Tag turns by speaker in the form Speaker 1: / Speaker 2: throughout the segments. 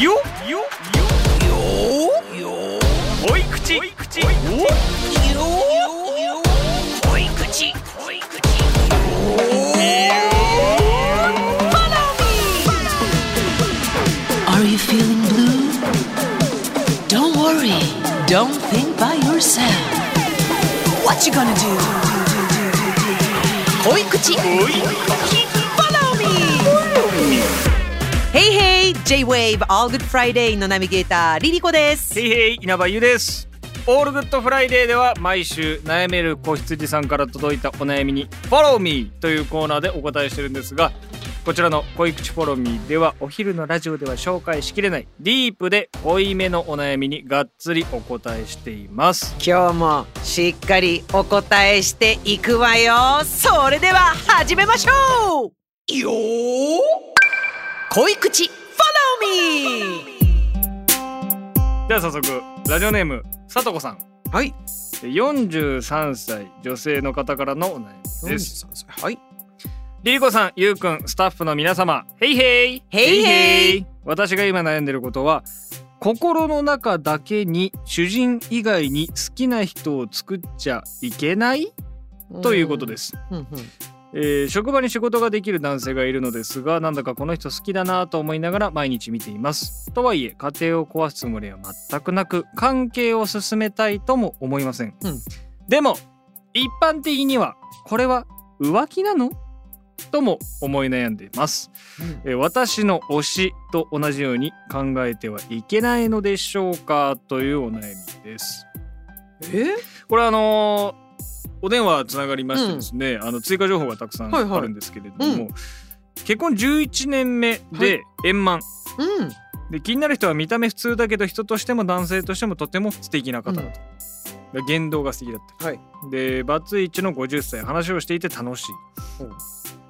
Speaker 1: よよよおい口おい口
Speaker 2: Are you feeling blue? Don't worry. Don't think by yourself. What you gonna do? Koi kuchi. Follow me.
Speaker 3: Hey hey! J-Wave All Good Friday のナビゲーターリリコです
Speaker 1: へいへい稲葉優ですオールグッドフライデーでは毎週悩める子羊さんから届いたお悩みに「フォローミー」というコーナーでお答えしてるんですがこちらの「恋口フォローミー」ではお昼のラジオでは紹介しきれないディープで濃いめのお悩みにがっつりお答えしています
Speaker 3: 今日もしっかりお答えしていくわよそれでは始めましょうよー恋口 Follow me!
Speaker 1: では早速ラジオネームさとこさん
Speaker 3: はい
Speaker 1: 43歳女性の方からのお悩みです
Speaker 3: 43歳はい
Speaker 1: リリコさん、ゆうくん、スタッフの皆様、ヘイヘイ
Speaker 3: ヘイヘイ、
Speaker 1: 私が今悩んでることは、心の中だけに主人以外に好きな人を作っちゃいけないということですす、
Speaker 3: うんうん、
Speaker 1: えー職場に仕事ができる男性がいるのですが、なんだかこの人好きだなと思いながら毎日見ています。とはいえ、家庭を壊すつもりは全くなく、関係を進めたいとも思いません。
Speaker 3: うん
Speaker 1: でも、一般的には、これは浮気なのとも思い悩んでいます。
Speaker 3: うん
Speaker 1: えー私の推しと同じように考えてはいけないのでしょうかというお悩みです。
Speaker 3: え
Speaker 1: これあのーお電話つながりましてですね、あの追加情報がたくさん
Speaker 3: はいはい
Speaker 1: あるんですけれども、
Speaker 3: うん
Speaker 1: 結婚11年目で円満、
Speaker 3: うん
Speaker 1: で気になる人は見た目普通だけど人としても男性としてもとても素敵な方だと、で言動が素敵だった、
Speaker 3: はい
Speaker 1: でバツイチの50歳話をしていて楽しい
Speaker 3: うん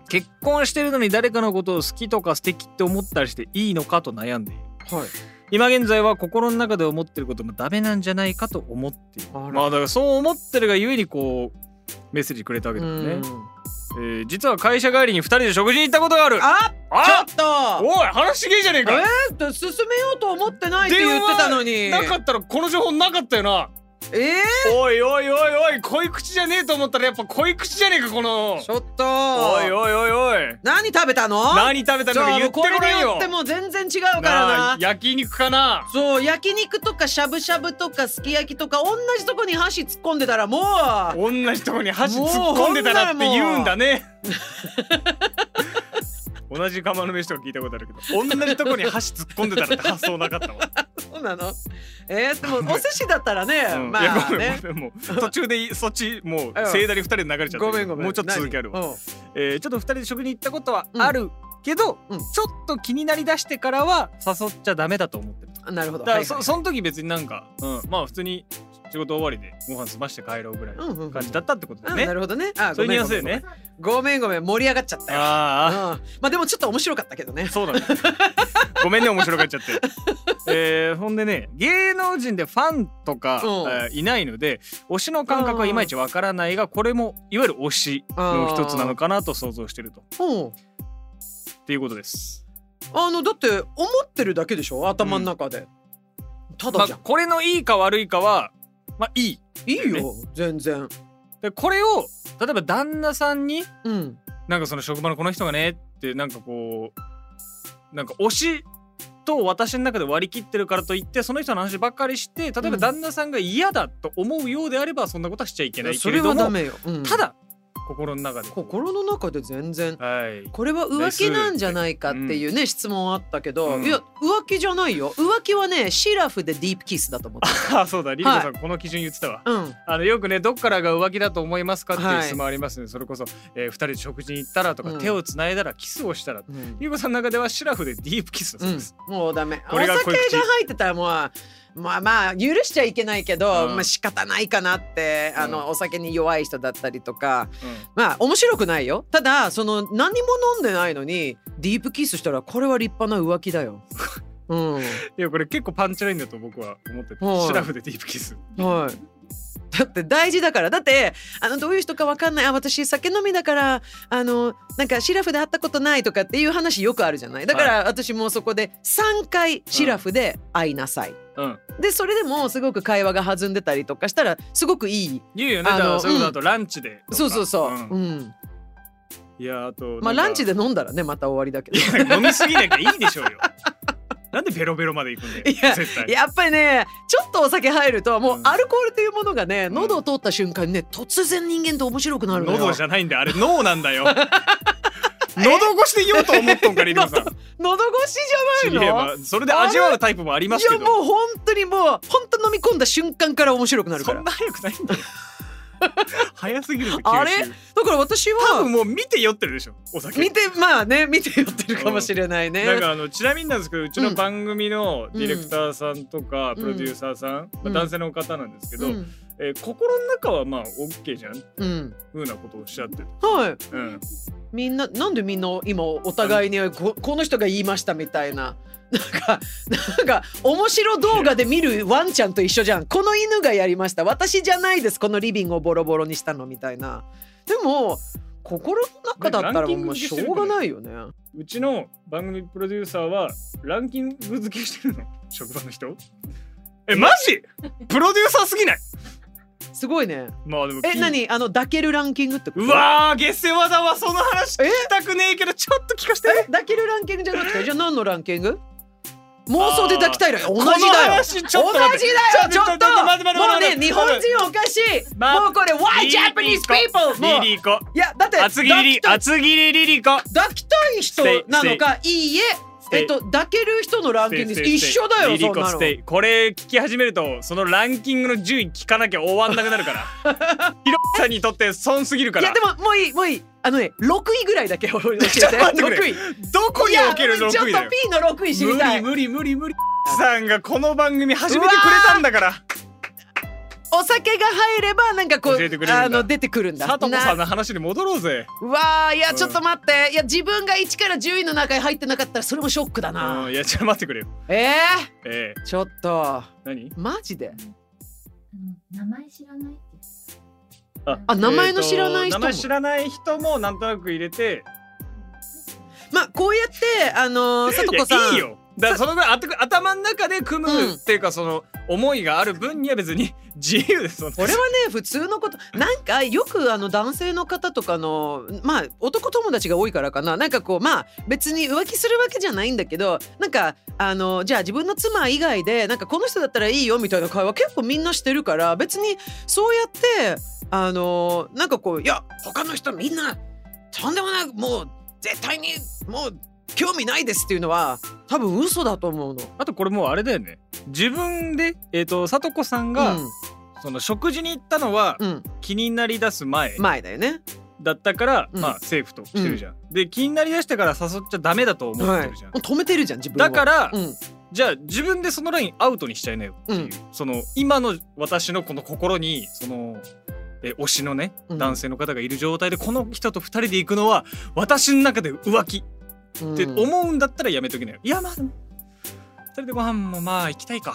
Speaker 1: 結婚してるのに誰かのことを好きとか素敵って思ったりしていいのかと悩んでいる
Speaker 3: はい
Speaker 1: 今現在は心の中で思ってることもダメなんじゃないかと思っている
Speaker 3: あら
Speaker 1: まあだからそう思ってるがゆえにこうメッセージくれたわけだよね、えー実は会社帰りに2人で食事に行ったことがある
Speaker 3: あ
Speaker 1: あ
Speaker 3: ちょっと
Speaker 1: おい話すげえじゃねえか
Speaker 3: えーっと進めようと思ってないって言ってたのに
Speaker 1: なかったらこの情報なかったよな
Speaker 3: え
Speaker 1: おいおいおいおい恋口じゃねえと思ったらやっぱ恋口じゃねえかこの
Speaker 3: ー、ちょっと
Speaker 1: おいおいおいおい
Speaker 3: 何食べたの
Speaker 1: 何食べた
Speaker 3: じ
Speaker 1: の
Speaker 3: ゃ
Speaker 1: か
Speaker 3: あ
Speaker 1: 言って
Speaker 3: これ
Speaker 1: ごらん
Speaker 3: によ
Speaker 1: よ
Speaker 3: っても全然違うから
Speaker 1: な
Speaker 3: な
Speaker 1: あ焼肉かな
Speaker 3: そう焼肉とかしゃぶしゃぶとかすき焼きとか同じとこに箸突っ込んでたらもう
Speaker 1: 同じとこに箸突っ込んでたらって言うんだ ね同じ釜の飯とか聞いたことあるけど同じとこに箸突っ込んでたらって発想なかったわ、
Speaker 3: そうなのえ ー、でもお寿司だったらね、
Speaker 1: うんいや
Speaker 3: まあ
Speaker 1: ごめん
Speaker 3: ね
Speaker 1: ごめんもう途中でそっちもう盛大に二人で流れちゃった
Speaker 3: ごめんごめん
Speaker 1: もうちょっと続きあるわ、
Speaker 3: 何うん
Speaker 1: えーちょっと二人で食に行ったことはあるけど、
Speaker 3: うん
Speaker 1: ちょっと気になりだしてからは誘っちゃダメだと思ってる
Speaker 3: あなるほ
Speaker 1: だ
Speaker 3: ど
Speaker 1: から
Speaker 3: はい
Speaker 1: そその時別になんか、うん、まあ普通に仕事終わりでご飯済まして帰ろうぐらい
Speaker 3: うんうんう
Speaker 1: の
Speaker 3: ん
Speaker 1: 感じだったってことだ
Speaker 3: あ
Speaker 1: よね、
Speaker 3: なるほどねあ
Speaker 1: そう
Speaker 3: ご
Speaker 1: いう
Speaker 3: め
Speaker 1: ニュ
Speaker 3: ん
Speaker 1: ア
Speaker 3: ご
Speaker 1: ンスだ
Speaker 3: め
Speaker 1: よ
Speaker 3: ん
Speaker 1: ね
Speaker 3: ごめんごめん盛り上がっちゃったよ
Speaker 1: ああ
Speaker 3: うん、まあでもちょっと面白かったけどね
Speaker 1: そうだね。ごめんね面白がっちゃっ て。えー、ほんでね芸能人でファンとか、
Speaker 3: うん
Speaker 1: えーいないので推しの感覚はいまいちわからないがこれもいわゆる推しの一つなのかなと想像してると
Speaker 3: うん
Speaker 1: っていうことです。
Speaker 3: あのだって思ってるだけでしょ頭の中で、た
Speaker 1: ま
Speaker 3: だ
Speaker 1: あ
Speaker 3: じゃん、
Speaker 1: これのいいか悪いかはまあいい。
Speaker 3: いいよ全然
Speaker 1: でこれを例えば旦那さんに
Speaker 3: うん
Speaker 1: なんかその職場のこの人がねってなんかこうなんか推しと私の中で割り切ってるからといってその人の話ばっかりして例え
Speaker 3: う
Speaker 1: ば
Speaker 3: ん
Speaker 1: 旦那さんが嫌だと思うようであればそんなことはしちゃいけないけ
Speaker 3: そ
Speaker 1: れ
Speaker 3: れ
Speaker 1: ど
Speaker 3: は
Speaker 1: も
Speaker 3: ダメよ、うん
Speaker 1: ただ心の中で
Speaker 3: 心の中で全然
Speaker 1: はい
Speaker 3: これは浮気なんじゃないかっていうね、質問あったけど、
Speaker 1: うん
Speaker 3: いや浮気じゃないよ浮気はねシラフでディープキスだと思って
Speaker 1: あそうだリリコさんこの基準言ってたわ
Speaker 3: る、うん
Speaker 1: あのよくねどっからが浮気だと思いますかってい
Speaker 3: は
Speaker 1: う
Speaker 3: い
Speaker 1: 質問ありますねそれこそえー二人で食事に行ったらと
Speaker 3: う
Speaker 1: か
Speaker 3: ん
Speaker 1: 手をつないだらキスをしたら
Speaker 3: うん
Speaker 1: リリコさんの中ではシラフでディープキスだそうです
Speaker 3: うんもうダメお
Speaker 1: これが
Speaker 3: 酒が
Speaker 1: 恋口
Speaker 3: 入ってたらもうまあまあ許しちゃいけないけど、
Speaker 1: うん
Speaker 3: まあ仕方ないかなってあの、
Speaker 1: うん
Speaker 3: お酒に弱い人だったりとか
Speaker 1: うん
Speaker 3: まあ面白くないよただその何も飲んでないのにディープキスしたらこれは立派な浮気 だよ。うん、
Speaker 1: いやこれ結構パンチラインだと僕は思ってて
Speaker 3: はい
Speaker 1: シラフでディープキス
Speaker 3: はだって大事だからだってあのどういう人かわかんないあ私酒飲みだからあのなんかシラフで会ったことないとかっていう話よくあるじゃないだから私もうそこで3回シラフで会いなさい、
Speaker 1: うん
Speaker 3: でそれでもすごく会話が弾んでたりとかしたらすごくいい
Speaker 1: 言うよねだか
Speaker 3: あ
Speaker 1: ら
Speaker 3: の
Speaker 1: そういうことだとランチでとか
Speaker 3: そうそうそう、うん
Speaker 1: んいやあと
Speaker 3: まあランチ
Speaker 1: で
Speaker 3: で飲んだらねまた終わりだけど
Speaker 1: 飲みすぎなきゃいいでしょうよなんでベロベロまで行くんだよ
Speaker 3: いや
Speaker 1: 絶対
Speaker 3: やっぱりねちょっとお酒入るともう
Speaker 1: うん
Speaker 3: アルコールというものがね、
Speaker 1: ん
Speaker 3: 喉を通った瞬間にね突然人間って面白くなるのよ
Speaker 1: 喉じゃないんだよあれ脳なん だよ喉越しで言おうと思っとんから入間さん
Speaker 3: 喉越しじ
Speaker 1: ち
Speaker 3: ゃ
Speaker 1: ぎ
Speaker 3: ない
Speaker 1: れ
Speaker 3: の
Speaker 1: ばそれで味わうタイプもありますけ
Speaker 3: いやも
Speaker 1: ど
Speaker 3: う本当にもう本当飲み込んだ瞬間から面白くなるか
Speaker 1: そ
Speaker 3: ら
Speaker 1: んな早くないんだ よ早すぎるの吸収
Speaker 3: あれだから私
Speaker 1: 多
Speaker 3: は
Speaker 1: 分もう見て酔ってるでしょお酒
Speaker 3: 見てまあね見て寄ってるかもしれないね、
Speaker 1: なんかあのちなみになんですけどうちの番組のディレクターさんとか、
Speaker 3: ん
Speaker 1: プロデューサーさん、ま
Speaker 3: う
Speaker 1: あ、
Speaker 3: ん
Speaker 1: 男性の方なんですけど、
Speaker 3: うん、
Speaker 1: えー心の中はまあ OK じゃんふ
Speaker 3: うん、
Speaker 1: うなことをおっしゃってる、
Speaker 3: はい
Speaker 1: うん、
Speaker 3: みんななんでみんな今お互いにここの人が言いましたみたいななんかなんか面白動画で見るワンちゃんと一緒じゃんこの犬がやりました私じゃないですこのリビングをボロボロにしたのみたいなでも心の中だったらもうしょうがないよね
Speaker 1: うちの番組プロデューサーはランキング付けしてるの 職場の人えマジプロデューサーすぎない
Speaker 3: すごいね
Speaker 1: まあでも聞
Speaker 3: え
Speaker 1: い
Speaker 3: 何あの抱けるランキングってこと
Speaker 1: うわー下世話だわその話聞
Speaker 3: え
Speaker 1: きたくねえけどちょっと聞かせて
Speaker 3: え抱けるランキングじゃなくてじゃあ何のランキング妄想で抱きたいのよ同じだよ
Speaker 1: この話ちょっと待って
Speaker 3: 同じだよちょっと
Speaker 1: ちょっとちょっと待って待って
Speaker 3: もう
Speaker 1: 待って
Speaker 3: ね日本人おかしい
Speaker 1: まあ
Speaker 3: もうこれ Why Japanese people もう
Speaker 1: リリコ
Speaker 3: いやだって
Speaker 1: 厚切り
Speaker 3: 抱き
Speaker 1: 厚切りリリコ
Speaker 3: たい抱きたい人なのかいいえ
Speaker 1: ステイ
Speaker 3: えっと抱ける人のランキング一緒だよ
Speaker 1: リリ
Speaker 3: そん
Speaker 1: コ
Speaker 3: な
Speaker 1: ス
Speaker 3: の
Speaker 1: テイこれ聞き始めるとそのランキングの順位聞かなきゃ終わんなくなるから ヒロさんにとって損すぎるか
Speaker 3: い
Speaker 1: ら
Speaker 3: やでももういいもういいあのね六位ぐらいだけ教 えて
Speaker 1: ちょっと待ってくれ
Speaker 3: 六位
Speaker 1: どこに置ける
Speaker 3: いや
Speaker 1: 6
Speaker 3: ちょっと
Speaker 1: 位だよ
Speaker 3: P の六位知りたい
Speaker 1: 無理無理無理無理さんがこの番組始めてくれたんだから
Speaker 3: お酒が入ればなんかこ
Speaker 1: 教えてくれるん
Speaker 3: う
Speaker 1: だ
Speaker 3: あの出てくるんだ
Speaker 1: 佐藤さ
Speaker 3: なん
Speaker 1: の話に戻ろうぜ
Speaker 3: うわあいや
Speaker 1: ん
Speaker 3: ちょっと待って、いや自分が1から10位の中に入ってなかったらそれもショックだな、
Speaker 1: うんいやちょっと待ってくれよ
Speaker 3: え
Speaker 1: ええ
Speaker 3: ー、ちょっと
Speaker 1: 何
Speaker 3: マジで
Speaker 4: あの名前知らないって言ってた
Speaker 1: あ
Speaker 3: あ名前の知らない
Speaker 1: えーと名
Speaker 3: 人も
Speaker 1: 前知らない人もなんとなく入れて
Speaker 3: まあこうやってあのー、さとこさん
Speaker 1: いやいいよだからそのぐらいあと頭の中で組
Speaker 3: うん
Speaker 1: むっていうかその思いがある分には別に自由ですその
Speaker 3: 俺はね普通のことなんかよくあの男性の方とかのまあ男友達が多いからかななんかこうまあ別に浮気するわけじゃないんだけどなんかあのじゃあ自分の妻以外でなんかこの人だったらいいよみたいな会話結構みんなしてるから別にそうやってあのなんかこういや他の人みんなとんでもなくもう絶対にもう興味ないですっていうのは多分嘘だと思うの。
Speaker 1: あとこれもうあれだよね自分でえっ、とさとこさんが、その食事に行ったのは
Speaker 3: うん、うん、
Speaker 1: 気になりだす前
Speaker 3: 前だよね。
Speaker 1: だったから、
Speaker 3: うん
Speaker 1: まあセーフとしてるじゃん、で気になりだしてから誘っちゃダメだと思っ
Speaker 3: は
Speaker 1: て
Speaker 3: い、
Speaker 1: るじゃん、
Speaker 3: 止めてるじゃん自分を
Speaker 1: だから、
Speaker 3: うん、
Speaker 1: じゃあ自分でそのラインアウトにしちゃいなよっていう、
Speaker 3: うん
Speaker 1: その今の私のこの心にそのえ推しのね
Speaker 3: うん
Speaker 1: 男性の方がいる状態でこの人と2人で行くのは私の中で浮気
Speaker 3: うん
Speaker 1: って思うんだったらやめときなよ。いやまあでも2人でご飯もまあ行きたいか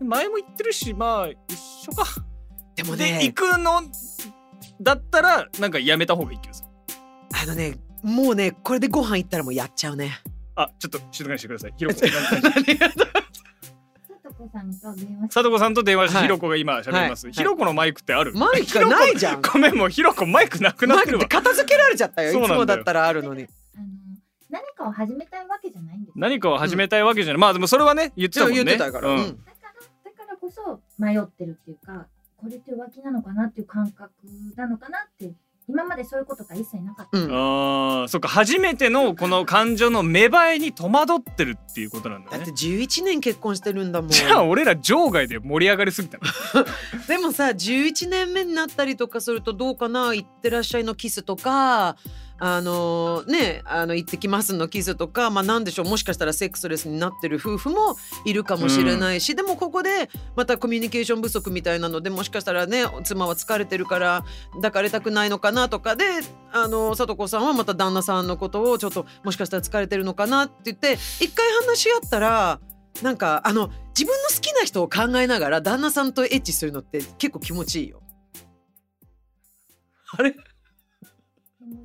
Speaker 1: 前も行ってるしまあ一緒か
Speaker 3: でも
Speaker 1: で
Speaker 3: ね
Speaker 1: 行くのだったらなんかやめた方がいい気がする。
Speaker 3: あのねもうねこれでご飯行ったらもうやっちゃうね
Speaker 1: あちょっと静かにしてください。ひろこなん か
Speaker 4: さとこさんと電話し
Speaker 1: 佐藤子さんと電話して
Speaker 3: はい
Speaker 1: ひろこが今喋ります。
Speaker 3: はい
Speaker 1: ひろこのマイクってある？
Speaker 3: マイクがないじゃん
Speaker 1: ごめんもうひろこマイクなくな
Speaker 3: マ
Speaker 1: っ
Speaker 3: イ
Speaker 1: て
Speaker 3: ク
Speaker 1: る
Speaker 3: って
Speaker 1: わ。
Speaker 3: 片付けられちゃったよ
Speaker 1: そうなん
Speaker 3: いつ
Speaker 1: だよ
Speaker 3: もだったらあるのに
Speaker 4: あの何かを始めたいわけじゃないんです
Speaker 1: 何かを始めたいわけじゃない。まあでもそれはね言ってたもんね。
Speaker 3: 言ってたから、
Speaker 1: う
Speaker 3: うんん
Speaker 4: だからだからこそ迷ってるっていうかこれって浮気なのかなっていう感覚なのかなって今までそういうことが一切なかった、
Speaker 3: うん
Speaker 1: ああそっか初めてのこの感情の芽生えに戸惑ってるっていうことなんだ
Speaker 3: だって
Speaker 1: ね。
Speaker 3: 11年結婚してるんだも ん
Speaker 1: じゃあ俺ら場外で盛り上がりすぎたの。
Speaker 3: でもさ11年目になったりとかするとどうかな「いってらっしゃい」のキスとかあのねあの「行ってきます」のキスとかまあなんでしょうもしかしたらセックスレスになってる夫婦もいるかもしれないし、でもここでまたコミュニケーション不足みたいなのでもしかしたらね妻は疲れてるから抱かれたくないのかなとかであのさとこさんはまた旦那さんのことをちょっともしかしたら疲れてるのかなって言って一回話し合ったらなんかあの自分の好きな人を考えながら旦那さんとエッチするのって結構気持ちいいよ。あれ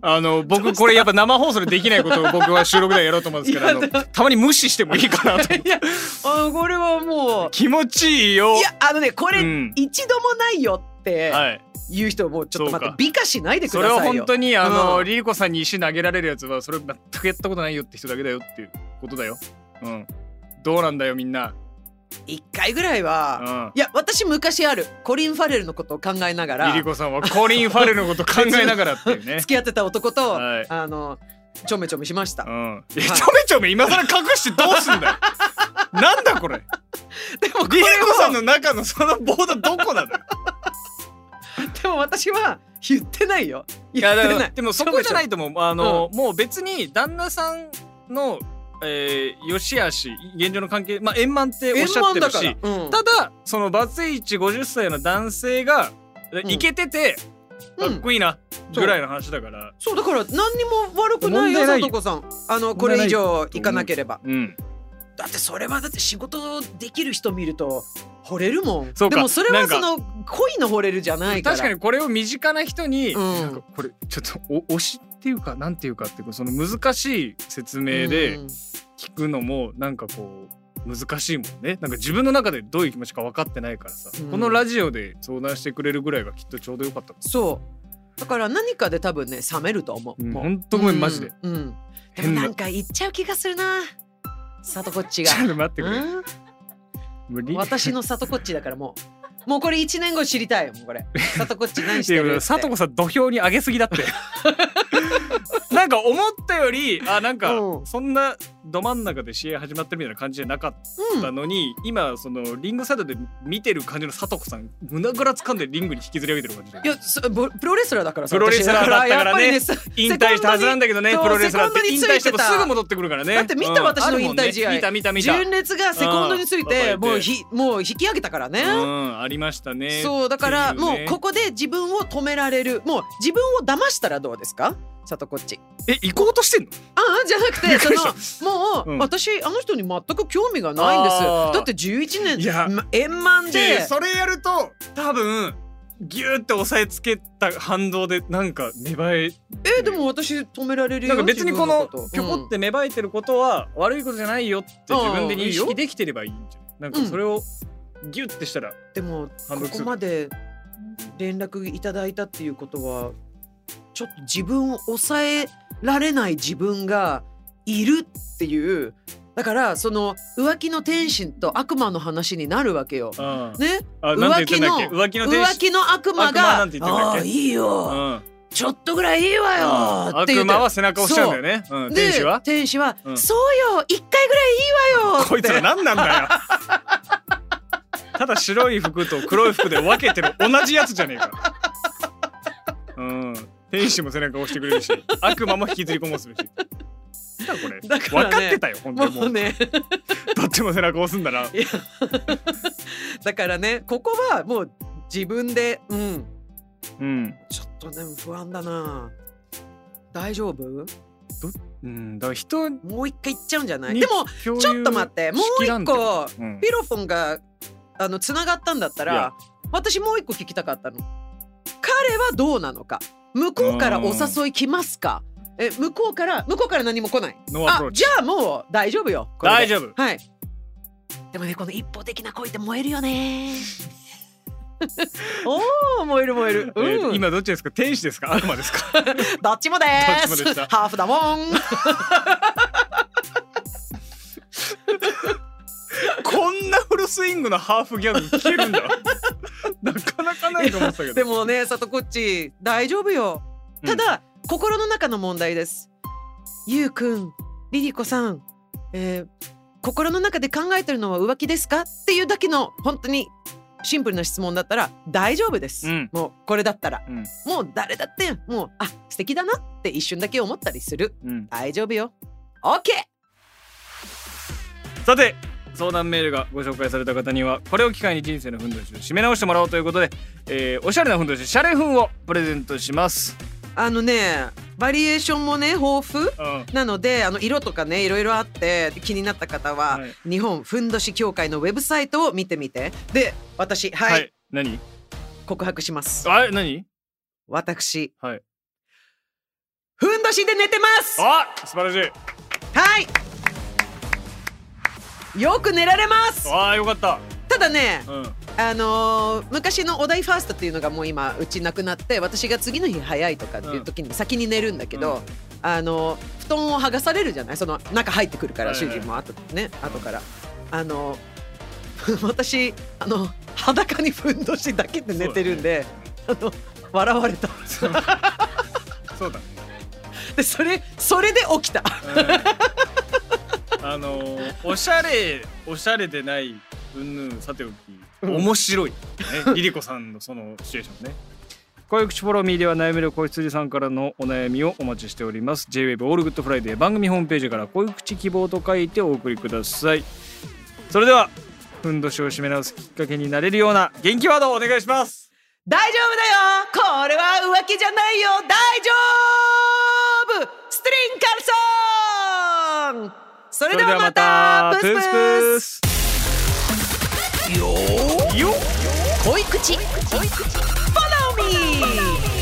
Speaker 1: あの僕これやっぱ生放送でできないことを僕は収録ではやろうと思うんですけどあ
Speaker 3: いや
Speaker 1: のたまに無視してもいいかな と
Speaker 3: いやあのこれはも
Speaker 1: 気持ちいいよ
Speaker 3: ういやあのねこ
Speaker 1: う
Speaker 3: れ
Speaker 1: ん
Speaker 3: 一度もないよって
Speaker 1: はい、
Speaker 3: 言う人もうちょっと待っ
Speaker 1: そうか
Speaker 3: て美化しないでく
Speaker 1: そ
Speaker 3: だ
Speaker 1: れは
Speaker 3: さい
Speaker 1: 本
Speaker 3: よ
Speaker 1: 当にあの、
Speaker 3: うん
Speaker 1: リリコさんに石投げられるやつはそれ全くやったことないよって人だけだよっていうことだようんどうなんだよみんな
Speaker 3: 一回ぐらいうは
Speaker 1: ん
Speaker 3: いや私昔あるコリン・ファレルのことを考えなが
Speaker 1: リリ
Speaker 3: ら
Speaker 1: コさんはコリン・ファレルのこと考えながらっていう ね
Speaker 3: 付き合ってた男と
Speaker 1: はい
Speaker 3: あのちょめちょめしました
Speaker 1: うん、いやちょめちょめ今更隠してどうすんだよなんだこれ
Speaker 3: でもこ
Speaker 1: リ
Speaker 3: れ
Speaker 1: リ
Speaker 3: を
Speaker 1: コさんの中のそのボードどこなのよ
Speaker 3: でも私は言ってないよ言って ない
Speaker 1: でもそこじゃないと思うあの、もう別に旦那さんの、えー、よしあし現状の関係、まあ、円満っておっ
Speaker 3: 円
Speaker 1: しゃっ
Speaker 3: 満
Speaker 1: て
Speaker 3: だ
Speaker 1: る
Speaker 3: から
Speaker 1: し
Speaker 3: うん
Speaker 1: ただそのバツイチ50歳の男性が
Speaker 3: ん
Speaker 1: イケてて、
Speaker 3: うん
Speaker 1: かっこいいなぐらいの話だから
Speaker 3: そうだから何にも悪くないよ
Speaker 1: 問題ない
Speaker 3: さとこさんあのこれ以上行かなければ
Speaker 1: うん
Speaker 3: だってそれはだって仕事できる人見ると惚れるもん
Speaker 1: そうか
Speaker 3: でもそれ
Speaker 1: な
Speaker 3: は
Speaker 1: んか
Speaker 3: その恋の惚れるじゃないから
Speaker 1: 確かにこれを身近な人に、
Speaker 3: うん
Speaker 1: なんかこれちょっとお推しっていうかなんていうかっていうかその難しい説明で
Speaker 3: うん
Speaker 1: 聞くのもなんかこう難しいもんねなんか自分の中でどういう気持ちか分かってないからさ、
Speaker 3: うん
Speaker 1: このラジオで相談してくれるぐらいがきっとちょうどよかったか
Speaker 3: そうだから何かで多分ね冷めると思う、
Speaker 1: も、
Speaker 3: もう
Speaker 1: ほんとごめんマジで、
Speaker 3: うん、うんでも
Speaker 1: 変な
Speaker 3: なんか言っちゃう気がするなさとこっちが
Speaker 1: ちょっと待ってくれ、
Speaker 3: うん
Speaker 1: 無理
Speaker 3: 私のさとこっちだからもうもうこれ一年後知りたいもうこれさとこっち何してるっ
Speaker 1: い
Speaker 3: て
Speaker 1: やさとこさん土俵に上げすぎだって なんか思ったよりあなんか
Speaker 3: うん
Speaker 1: そんなど真ん中で試合始まってるみたいな感じじゃなかったのに、今そのリングサイドで見てる感じのさとこさん胸ぐら掴んでリングに引きずり上げてる感じだよ
Speaker 3: いやそぼプロレスラーだからさ
Speaker 1: プロレスラーだったからね
Speaker 3: 私やぱりさ
Speaker 1: 引退したはずなんだけどね
Speaker 3: セコン
Speaker 1: プ
Speaker 3: ドに
Speaker 1: ロレスラーっ
Speaker 3: セコ
Speaker 1: て
Speaker 3: ンドに
Speaker 1: 引
Speaker 3: ついてた
Speaker 1: 退してもすぐ戻ってくるからね
Speaker 3: だって見た私の
Speaker 1: あるもんね
Speaker 3: 引退試合
Speaker 1: 見た見た見た
Speaker 3: 純烈がセコンドについて
Speaker 1: うん
Speaker 3: もうひもう引き上げたからね。
Speaker 1: うんありましたね
Speaker 3: そうだから
Speaker 1: ってい
Speaker 3: もう
Speaker 1: ね
Speaker 3: ここで自分を止められるもう自分を騙したらどうですかさとこっち
Speaker 1: え行こうとしてんの
Speaker 3: ああじゃなく
Speaker 1: び
Speaker 3: て
Speaker 1: っくりした
Speaker 3: そのもう、
Speaker 1: うん
Speaker 3: 私あの人に全く興味がないんです
Speaker 1: あー
Speaker 3: だって11年
Speaker 1: いや
Speaker 3: ま円満
Speaker 1: で
Speaker 3: で
Speaker 1: それやると多分ギューって押さえつけた反動でなんか芽生え
Speaker 3: えでも私止められるよ
Speaker 1: なんか別にこの
Speaker 3: 自分
Speaker 1: ぴょ
Speaker 3: と
Speaker 1: こって芽生えてることは悪いことじゃないよって自分で認識できてればいいんじゃないなんかそれをギュッてしたら
Speaker 3: うんでも
Speaker 1: 反復
Speaker 3: こ
Speaker 1: す
Speaker 3: こ
Speaker 1: る
Speaker 3: まで連絡いただいたっていうことはちょっと自分を抑えられない自分がいるっていうだからその浮気の天使と悪魔の話になるわけよ。
Speaker 1: あ
Speaker 3: ね、
Speaker 1: あなんて言ったんだっけ浮気の天
Speaker 3: 浮
Speaker 1: 使
Speaker 3: 気の悪魔
Speaker 1: 悪魔
Speaker 3: が「
Speaker 1: なんて言ってんだっけ
Speaker 3: ああいい
Speaker 1: うん
Speaker 3: よ、ちょっとぐらいいいわよ」って
Speaker 1: 悪
Speaker 3: 言って
Speaker 1: 魔は背中を押しちゃうんだよねうん天使は
Speaker 3: で天使は、
Speaker 1: うん
Speaker 3: そうよ一回ぐらいいいわよ」って
Speaker 1: こいつら何なんだよただ白い服と黒い服で分けてる同じやつじゃねえかうん天使も背中押してくれるし悪魔も引きずり込もするしなんだこれ
Speaker 3: だからね
Speaker 1: 分かってたよ本当にも
Speaker 3: も
Speaker 1: う
Speaker 3: うね
Speaker 1: どっちも背中押すんだな
Speaker 3: だからねここはもう自分でうん
Speaker 1: うん
Speaker 3: ちょっとね不安だな大丈夫
Speaker 1: うん、だから人に
Speaker 3: もう一回行っちゃうんじゃないでも
Speaker 1: 共有
Speaker 3: ちょっと待ってもう
Speaker 1: しきら
Speaker 3: 一
Speaker 1: んてこ
Speaker 3: 個
Speaker 1: と、うん
Speaker 3: ピロポンがあの繋がったんだった
Speaker 1: い
Speaker 3: ら
Speaker 1: や
Speaker 3: 私もう一個聞きたかったの彼はどうなのか向こうからお誘い来ますかえ向こうから向こうから何も来ない
Speaker 1: ノーアプ
Speaker 3: あ
Speaker 1: ローチ
Speaker 3: じゃあもう大丈夫よこれで
Speaker 1: 大丈夫
Speaker 3: はいでもねこの一方的な恋って燃えるよねおお燃える燃える、うん
Speaker 1: えー今どっちですか天使ですか悪魔ですか
Speaker 3: どっちもです
Speaker 1: どっちもでした
Speaker 3: ハーフだもん
Speaker 1: こんなフルスイングのハーフギャグ聞けるんだ なかなかないと思ってたけど
Speaker 3: でもねさとこっち大丈夫よ
Speaker 1: うん
Speaker 3: ただ、心の中の問題ですゆうくんりりこさん、えー心の中で考えてるのは浮気ですかっていうだけの本当にシンプルな質問だったら大丈夫です、
Speaker 1: うん
Speaker 3: もうこれだったら、
Speaker 1: うん
Speaker 3: もう誰だってもうあ素敵だなって一瞬だけ思ったりする
Speaker 1: うん
Speaker 3: 大丈夫よ OK!
Speaker 1: さて相談メールがご紹介された方にはこれを機会に人生のふんどしを締め直してもらおうということで、えーおしゃれなふんどしシャレふんをプレゼントします、
Speaker 3: あのねバリエーションもね豊富
Speaker 1: うん、
Speaker 3: なのであの色とかねいろいろあって気になった方は、
Speaker 1: はい
Speaker 3: 日本ふんどし協会のウェブサイトを見てみてで私はい、
Speaker 1: はい何
Speaker 3: 告白します
Speaker 1: あれ何
Speaker 3: 私、
Speaker 1: はい、
Speaker 3: ふんどしで寝てます
Speaker 1: あ素晴らしい
Speaker 3: はいよく寝られます
Speaker 1: ああよかった
Speaker 3: ただね
Speaker 1: うん
Speaker 3: あのー昔のお題ファーストっていうのがもう今うちなくなって私が次の日早いとかっていう時に先に寝るんだけど、
Speaker 1: うん
Speaker 3: あのー布団を剥がされるじゃないその中入ってくるから
Speaker 1: はいはい
Speaker 3: 主人も後,、ね、後からあの ー私あの裸にふんどしだけで寝てるんで、あの笑われた
Speaker 1: そう そうだね
Speaker 3: でそれそれで起きた
Speaker 1: うんあのーおしゃれおしゃれでないうんぬんさておき面白い、ね、リリコさんのそのシチュエーショ ンね恋口フォローミーでは悩める子羊さんからのお悩みをお待ちしております JWAVE オールグッドフライデー番組ホームページから恋口希望と書いてお送りくださいそれではふんどしを締め直すきっかけになれるような元気ワードをお願いします
Speaker 3: 大丈夫だよこれは浮気じゃないよ大丈夫ストリンカルソンそれではまた
Speaker 1: それではま
Speaker 3: プスプ
Speaker 1: プ
Speaker 3: ス
Speaker 1: ス
Speaker 3: 恋口恋口 Follow me